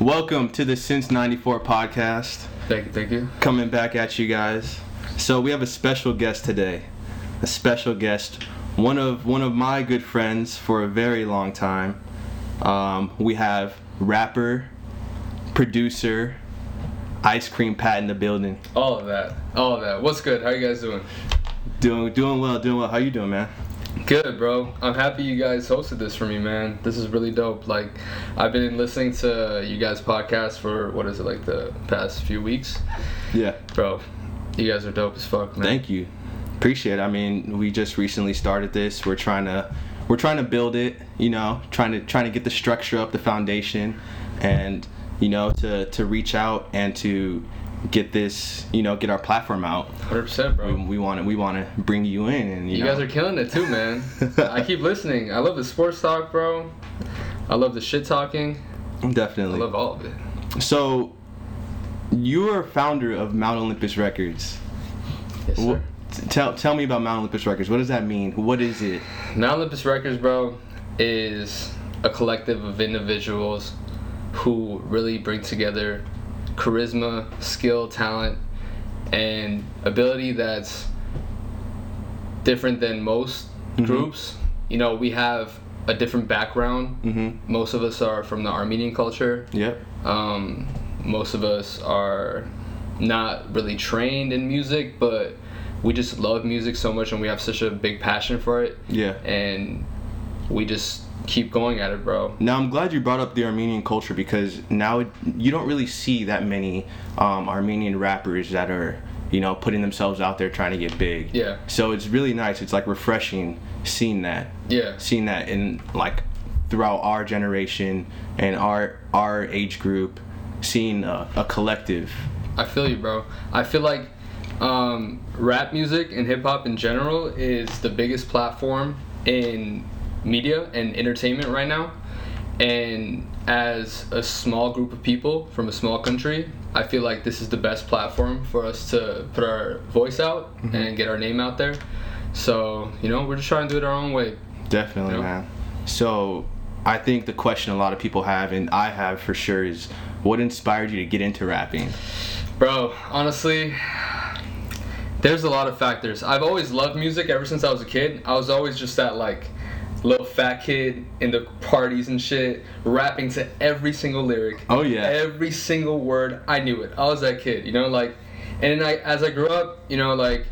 Welcome to the Since 94 podcast. Thank, thank you. Coming back at you guys. So we have a special guest today. A special guest, one of one of my good friends for a very long time. Um, we have rapper, producer, ice cream pat in the building. All of that. All of that. What's good? How you guys doing? Doing doing well, doing well. How you doing, man? Good, bro. I'm happy you guys hosted this for me, man. This is really dope. Like, I've been listening to you guys' podcast for what is it like the past few weeks, Yeah. bro. You guys are dope as fuck, man. Thank you. Appreciate it. I mean, we just recently started this. We're trying to we're trying to build it, you know, trying to trying to get the structure up, the foundation and you know, to to reach out and to get this, you know, get our platform out. 100, percent We, bro. we want to we want to bring you in and you, You know, guys are killing it too, man. I keep listening. I love the sports talk, bro. I love the shit talking. I definitely. love all of it. so you're a founder of Mount Olympus Records. Yes, sir. Wh- t- tell tell me about Mount Olympus Records. What does that mean? What is it? Non Olympus Records, bro, is a collective of individuals who really bring together charisma, skill, talent, and ability that's different than most groups. You know, we have a different background. Mhm. Most of us are from the Armenian culture. Yep. Um, most of us are not really trained in music, but we just love music so much and we have such a big passion for it Yeah. and we just keep going at it, bro. Now I'm glad you brought up the Armenian culture because now it, you don't really see that many um, Armenian rappers that are you know putting themselves out there trying to get big. Yeah. So it's really nice. It's like refreshing seeing that, Yeah, seeing that in like throughout our generation and our our age group, seeing a, a collective. I feel you, bro. I feel like um, rap music and hip hop in general is the biggest platform in media and entertainment right now. And as a small group of people from a small country, I feel like this is the best platform for us to put our voice out and get our name out there. So, you know, we're just trying to do it our own way. Definitely, Yeah. man. So I think the question a lot of people have and I have for sure is what inspired you to get into rapping? Bro, honestly, there's a lot of factors. I've always loved music ever since I was a kid. I was always just that like little fat kid in the parties and shit, rapping to every single lyric. Oh, yeah. Every single word. I knew it. I was that kid, you know, like and then I as I grew up, you know, like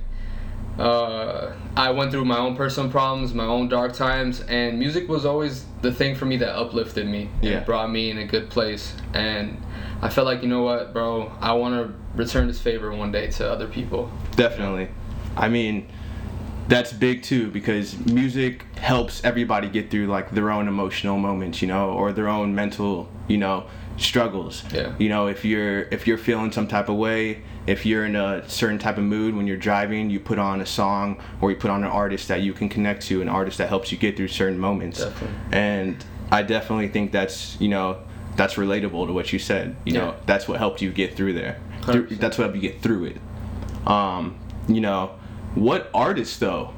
uh, I went through my own personal problems, my own dark times, and music was always the thing for me that uplifted me Yeah. and brought me in a good place. And I felt like, you know what, bro, I want to return this favor one day to other people. Definitely. I mean, that's big too because music helps everybody get through like their own emotional moments, you know, or their own mental, you know, struggles. Yeah. You know, if you're if you're feeling some type of way, if you're in a certain type of mood when you're driving, you put on a song or you put on an artist that you can connect to, an artist that helps you get through certain moments. Definitely. And I definitely think that's, you know, that's relatable to what you said. You know, Yeah. that's what helped you get through there. Through, 100%. that's what helped you get through it um, you know, what artist though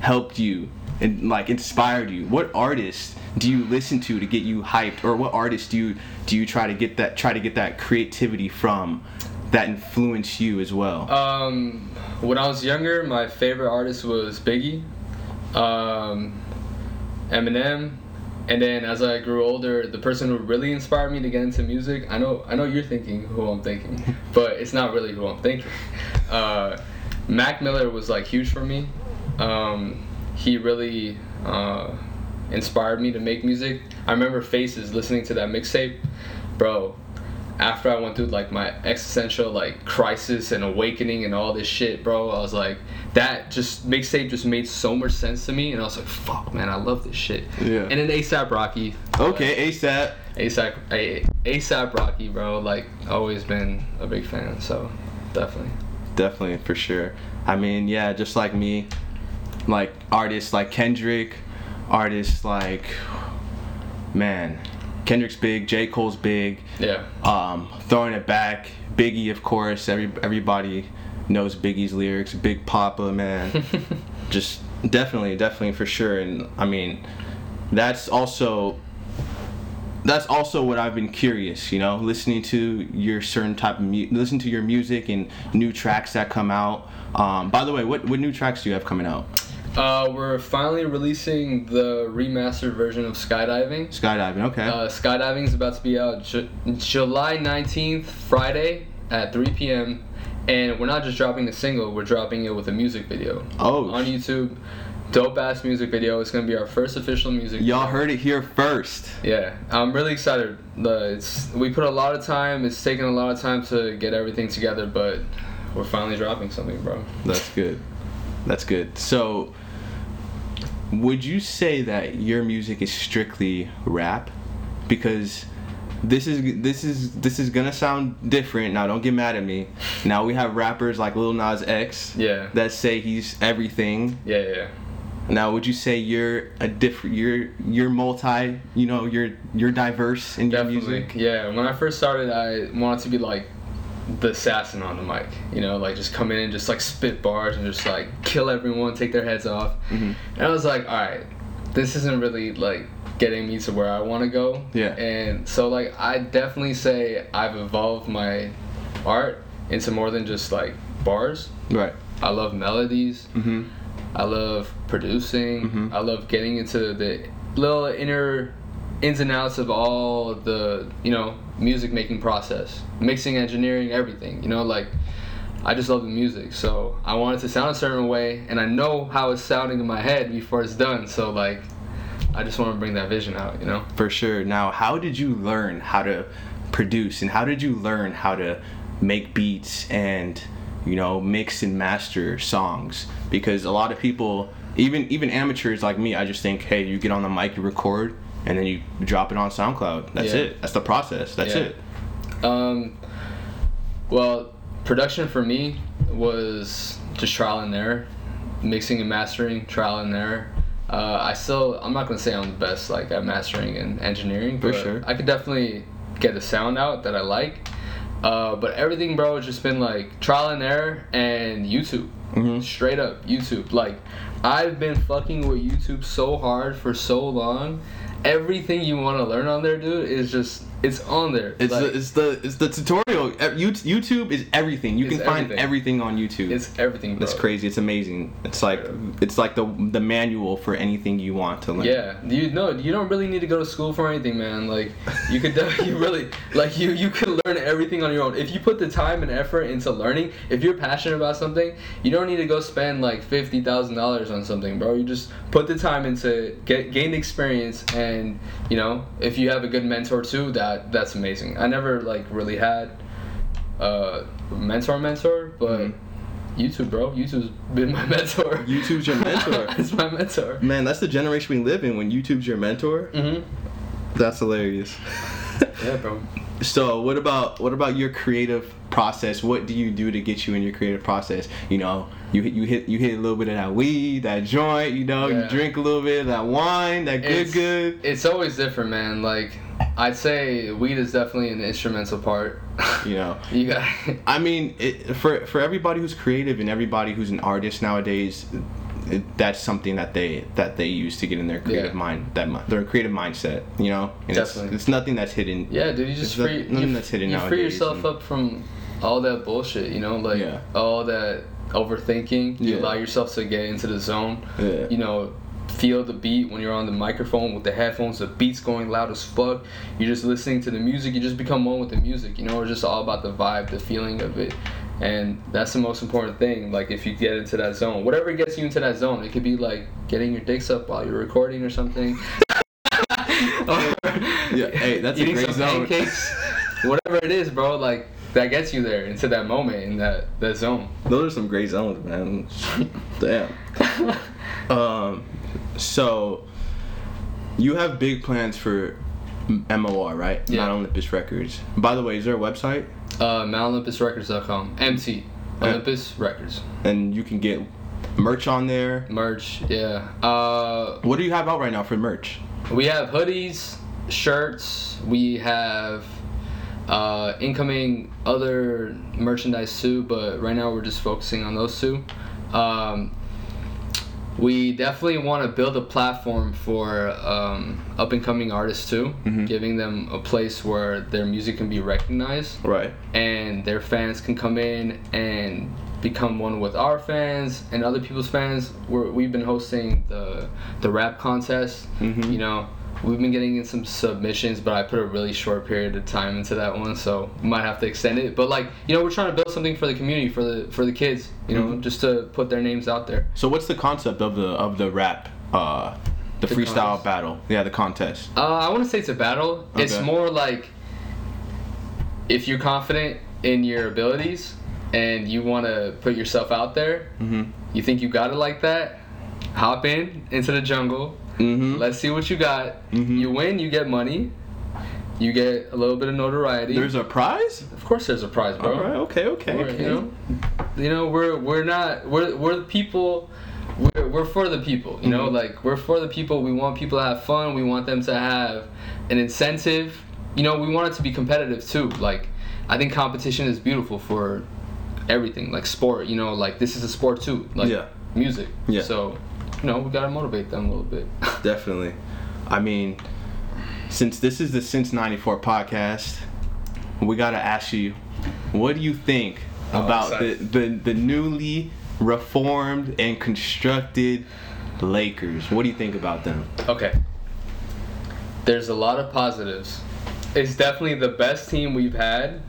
helped you and like inspired you? What artist do you listen to to get you hyped, or what artist do you do you try to get that try to get that creativity from that influence you as well? Um, when I was younger, my favorite artist was Biggie, um, Eminem, and then as I grew older, the person who really inspired me to get into music. I know, I know you're thinking who I'm thinking, but it's not really who I'm thinking. Uh, Mac Miller was like huge for me. Um, he really uh, inspired me to make music. I remember Faces listening to that mixtape, bro after I went through like my existential like crisis and awakening and all this shit, bro, I was like, that just mixtape just made so much sense to me, and I was like, fuck, man, I love this shit. Yeah. And then ASAP Rocky. okay, ASAP. ASAP A- ASAP Rocky, bro, like always been a big fan, so definitely. definitely for sure i mean yeah just like me like artists like kendrick artists like man kendrick's big j cole's big Yeah. um throwing it back biggie of course every everybody knows biggie's lyrics big papa man just definitely definitely for sure and i mean that's also that's also what I've been curious, you know, listening to your certain type of mu- listen to your music and new tracks that come out. Um, by the way, what what new tracks do you have coming out? Uh, we're finally releasing the remastered version of Skydiving. Skydiving, okay. Uh, Skydiving is about to be out Ju- July 19th, Friday at 3 p.m. And we're not just dropping the single, we're dropping it with a music video. Oh, On YouTube, dope ass music video. It's gonna be our first official music y'all video. heard it here first. Yeah, I'm really excited. The it's we put a lot of time. It's taken a lot of time to get everything together, but we're finally dropping something, bro. That's good. That's good. So, would you say that your music is strictly rap? Because this is this is this is gonna sound different. Now, don't get mad at me. Now we have rappers like Lil Nas X Yeah. that say he's everything. Yeah, yeah, yeah. Now, would you say you're a different? You're you're multi. You know, you're you're diverse in your definitely. music. Yeah, when I first started, I wanted to be like the assassin on the mic. You know, like just come in and just like spit bars and just like kill everyone, take their heads off. Mhm. And I was like, all right, this isn't really like getting me to where I want to go. Yeah. And so like I definitely say I've evolved my art into more than just like bars. Right. I love melodies. Mhm. I love producing. Mhm. I love getting into the little inner ins and outs of all the you know music making process, mixing, engineering, everything. You know, like I just love the music, so I want it to sound a certain way, and I know how it's sounding in my head before it's done. So like, I just want to bring that vision out. You know. For sure. Now, how did you learn how to produce and how did you learn how to make beats and you know mix and master songs? Because a lot of people, even even amateurs like me, I just think, hey, you get on the mic, you record, and then you drop it on SoundCloud. That's Yeah. it. That's the process. That's Yeah. it. Um, well, production for me was just trial and error, mixing and mastering, trial and error. Uh, I still, I'm not gonna say I'm the best like at mastering and engineering, For but sure. I could definitely get the sound out that I like. Uh, but everything, bro, has just been like trial and error and YouTube. Mm-hmm. Straight up YouTube. Like, I've been fucking with YouTube so hard for so long. Everything you want to learn on there, dude, is just it's on there. It's Like- the it's the it's the tutorial. Uh, You- YouTube is everything. You It's can find everything. everything on YouTube. It's everything, bro. that's crazy. It's amazing. It's like it's like the the manual for anything you want to learn. Yeah, you know, you don't really need to go to school for anything, man. Like, you could, def- you really, like, you you could learn everything on your own if you put the time and effort into learning. If you're passionate about something, you don't need to go spend like fifty thousand dollars on something, bro. You just put the time into it, get gain the experience, and you know, if you have a good mentor too, that that's amazing. I never like really had uh mentor mentor, but. Mhm. YouTube, bro. YouTube's been my mentor. YouTube's your mentor. it's my mentor. Man, that's the generation we live in. When YouTube's your mentor, Mm-hmm. that's hilarious. Yeah, bro. so, what about what about your creative process? What do you do to get you in your creative process? You know, you hit- you hit you hit a little bit of that weed, that joint. You know, Yeah. you drink a little bit of that wine, that good It's- good. It's always different, man. Like, I'd say weed is definitely an instrumental part. You know, you got. I mean, it, for for everybody who's creative and everybody who's an artist nowadays, it, that's something that they that they use to get in their creative Yeah. mind that mi- their creative mindset. You know, and it's, Definitely. it's nothing that's hidden. Yeah, dude. You just There's free. no- nothing you, that's hidden You free nowadays, yourself and- up from all that bullshit. You know, like Yeah. all that overthinking. You Yeah. allow yourself to get into the zone. Yeah. You know. Feel the beat when you're on the microphone with the headphones. The beat's going loud as fuck. You're just listening to the music. You just become one with the music. You know, it's just all about the vibe, the feeling of it. And that's the most important thing. Like if you get into that zone, whatever gets you into that zone, it could be like getting your dicks up while you're recording or something. Or Yeah, hey, that's a eating great some zone. pancakes. whatever it is, bro. Like that gets you there into that moment in that that zone. Those are some great zones, man. Damn. Um, so you have big plans for M- MOR, right? Yeah. Not Olympus Records. By the way, is there a website? Uh, MountOlympusRecords.com. MT Olympus Records. And you can get merch on there. Merch. Yeah. Uh, What do you have out right now for merch? we have hoodies, shirts. We have uh, incoming other merchandise too, but right now we're just focusing on those two. Um, we definitely want to build a platform for um, up and coming artists too, Mhm. giving them a place where their music can be recognized Right. and their fans can come in and become one with our fans and other people's fans. We're, we've been hosting the the rap contest. Mhm. You know, we've been getting in some submissions, but I put a really short period of time into that one, so we might have to extend it. But like, you know, we're trying to build something for the community, for the for the kids. You know, just to put their names out there. So what's the concept of the of the rap, uh, the, The freestyle contest. battle? Yeah, the contest. Uh, I wouldn't say it's a battle. It's Okay. more like if you're confident in your abilities and you want to put yourself out there, Mhm. you think you got it like that, hop in into the jungle. Mhm. Let's see what you got. Mhm. You win, you get money. You get a little bit of notoriety. There's a prize. of course, there's a prize, bro. All right. Okay. Okay. We're, okay. You know, you know, we're we're not we're we're the people. We're, we're for the people, you know. Mhm. Like we're for the people. We want people to have fun. We want them to have an incentive. You know, we want it to be competitive too. Like I think competition is beautiful for everything, like sport. You know, like this is a sport too. Like Yeah. music. Yeah. So, you know, we gotta motivate them a little bit. Definitely. I mean, since this is the Since 94 podcast, we got to ask you, what do you think Oh, about the, sorry. the, the newly reformed and constructed Lakers? What do you think about them? Okay. There's a lot of positives. It's definitely the best team we've had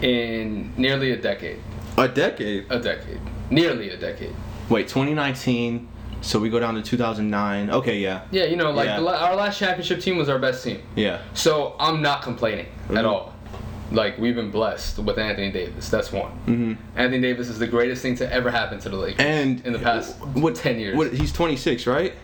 in nearly a decade. A decade. A decade. Nearly a decade. Wait, 2019. So we go down to 2009. Okay, yeah. Yeah, you know, like Yeah. The la- our last championship team was our best team. Yeah. So I'm not complaining at Mhm. all. Like we've been blessed with Anthony Davis. That's one. hmm Anthony Davis is the greatest thing to ever happen to the Lakers And in the past what 10 years. What, he's 26, right?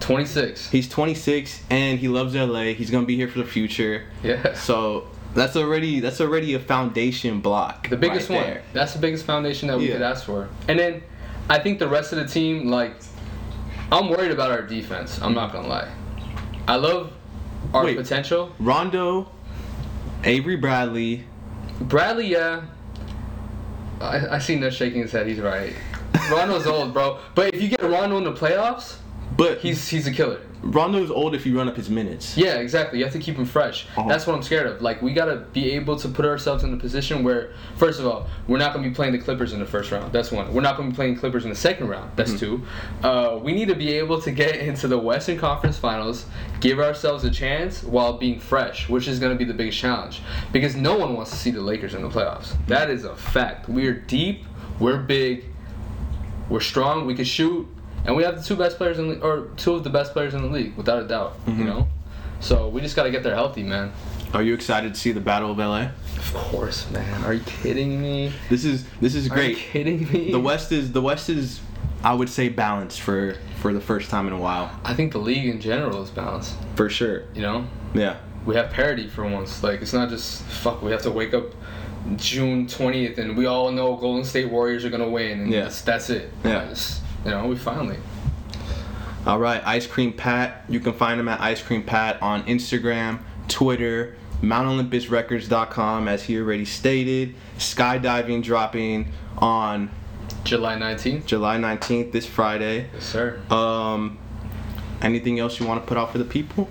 26. He's 26 and he loves LA. He's gonna be here for the future. Yeah. So that's already that's already a foundation block. The biggest right one. there. That's the biggest foundation that we Yeah. could ask for. And then I think the rest of the team, like, I'm worried about our defense. I'm not gonna lie. I love our Wait. potential. Rondo, Avery Bradley. Bradley, yeah. I, I seen that shaking his head. He's right. Rondo's old, bro. But if you get Rondo in the playoffs, But he's he's he's a killer. Rondo's old if you run up his minutes. Yeah, exactly. You have to keep him fresh. Uh-huh. That's what I'm scared of. Like we gotta be able to put ourselves in a position where, first of all, we're not gonna be playing the Clippers in the first round. That's one. We're not gonna be playing Clippers in the second round. That's two. Uh, we need to be able to get into the Western Conference Finals, give ourselves a chance while being fresh, which is gonna be the biggest challenge because no one wants to see the Lakers in the playoffs. That is a fact. We're deep. We're big. We're strong. We can shoot, and we have the two best players in the, or two of the best players in the league, without a doubt. You know, so we just gotta get there healthy, man. Are you excited to see the Battle of LA? Of course, man. Are you kidding me? This is this is Are you great. kidding me? The West is the West is I would say balanced for for the first time in a while. I think the league in general is balanced. For sure. You know, Yeah. we have parity for once. Like it's not just fuck. We have to wake up June twentieth, and we all know Golden State Warriors are gonna win, and Yeah. that's that's it. Yeah. It's- you know, we finally. All right, Ice Cream Pat. You can find him at Ice Cream Pat on Instagram, Twitter, MountOlympusRecords.com, as he already stated. Skydiving dropping on July 19th. July 19th, this Friday. Yes, sir. Um, anything else you want to put out for the people?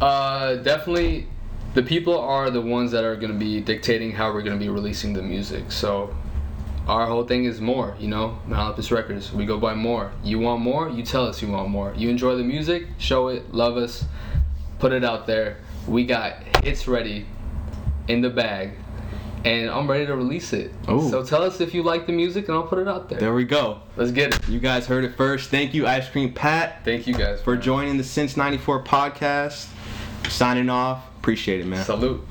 Uh, definitely, the people are the ones that are going to be dictating how we're going to be releasing the music. So, our whole thing is more, you know, Mount Olympus Records. We go by more. You want more? You tell us you want more. You enjoy the music? Show it, love us, put it out there. We got hits ready in the bag, and I'm ready to release it. Ooh. So, tell us if you like the music, and I'll put it out there. There we go. Let's get it. You guys heard it first. Thank you, Ice Cream Pat, Thank you guys for joining the Since 94 podcast. Signing off. Appreciate it, man. Salute.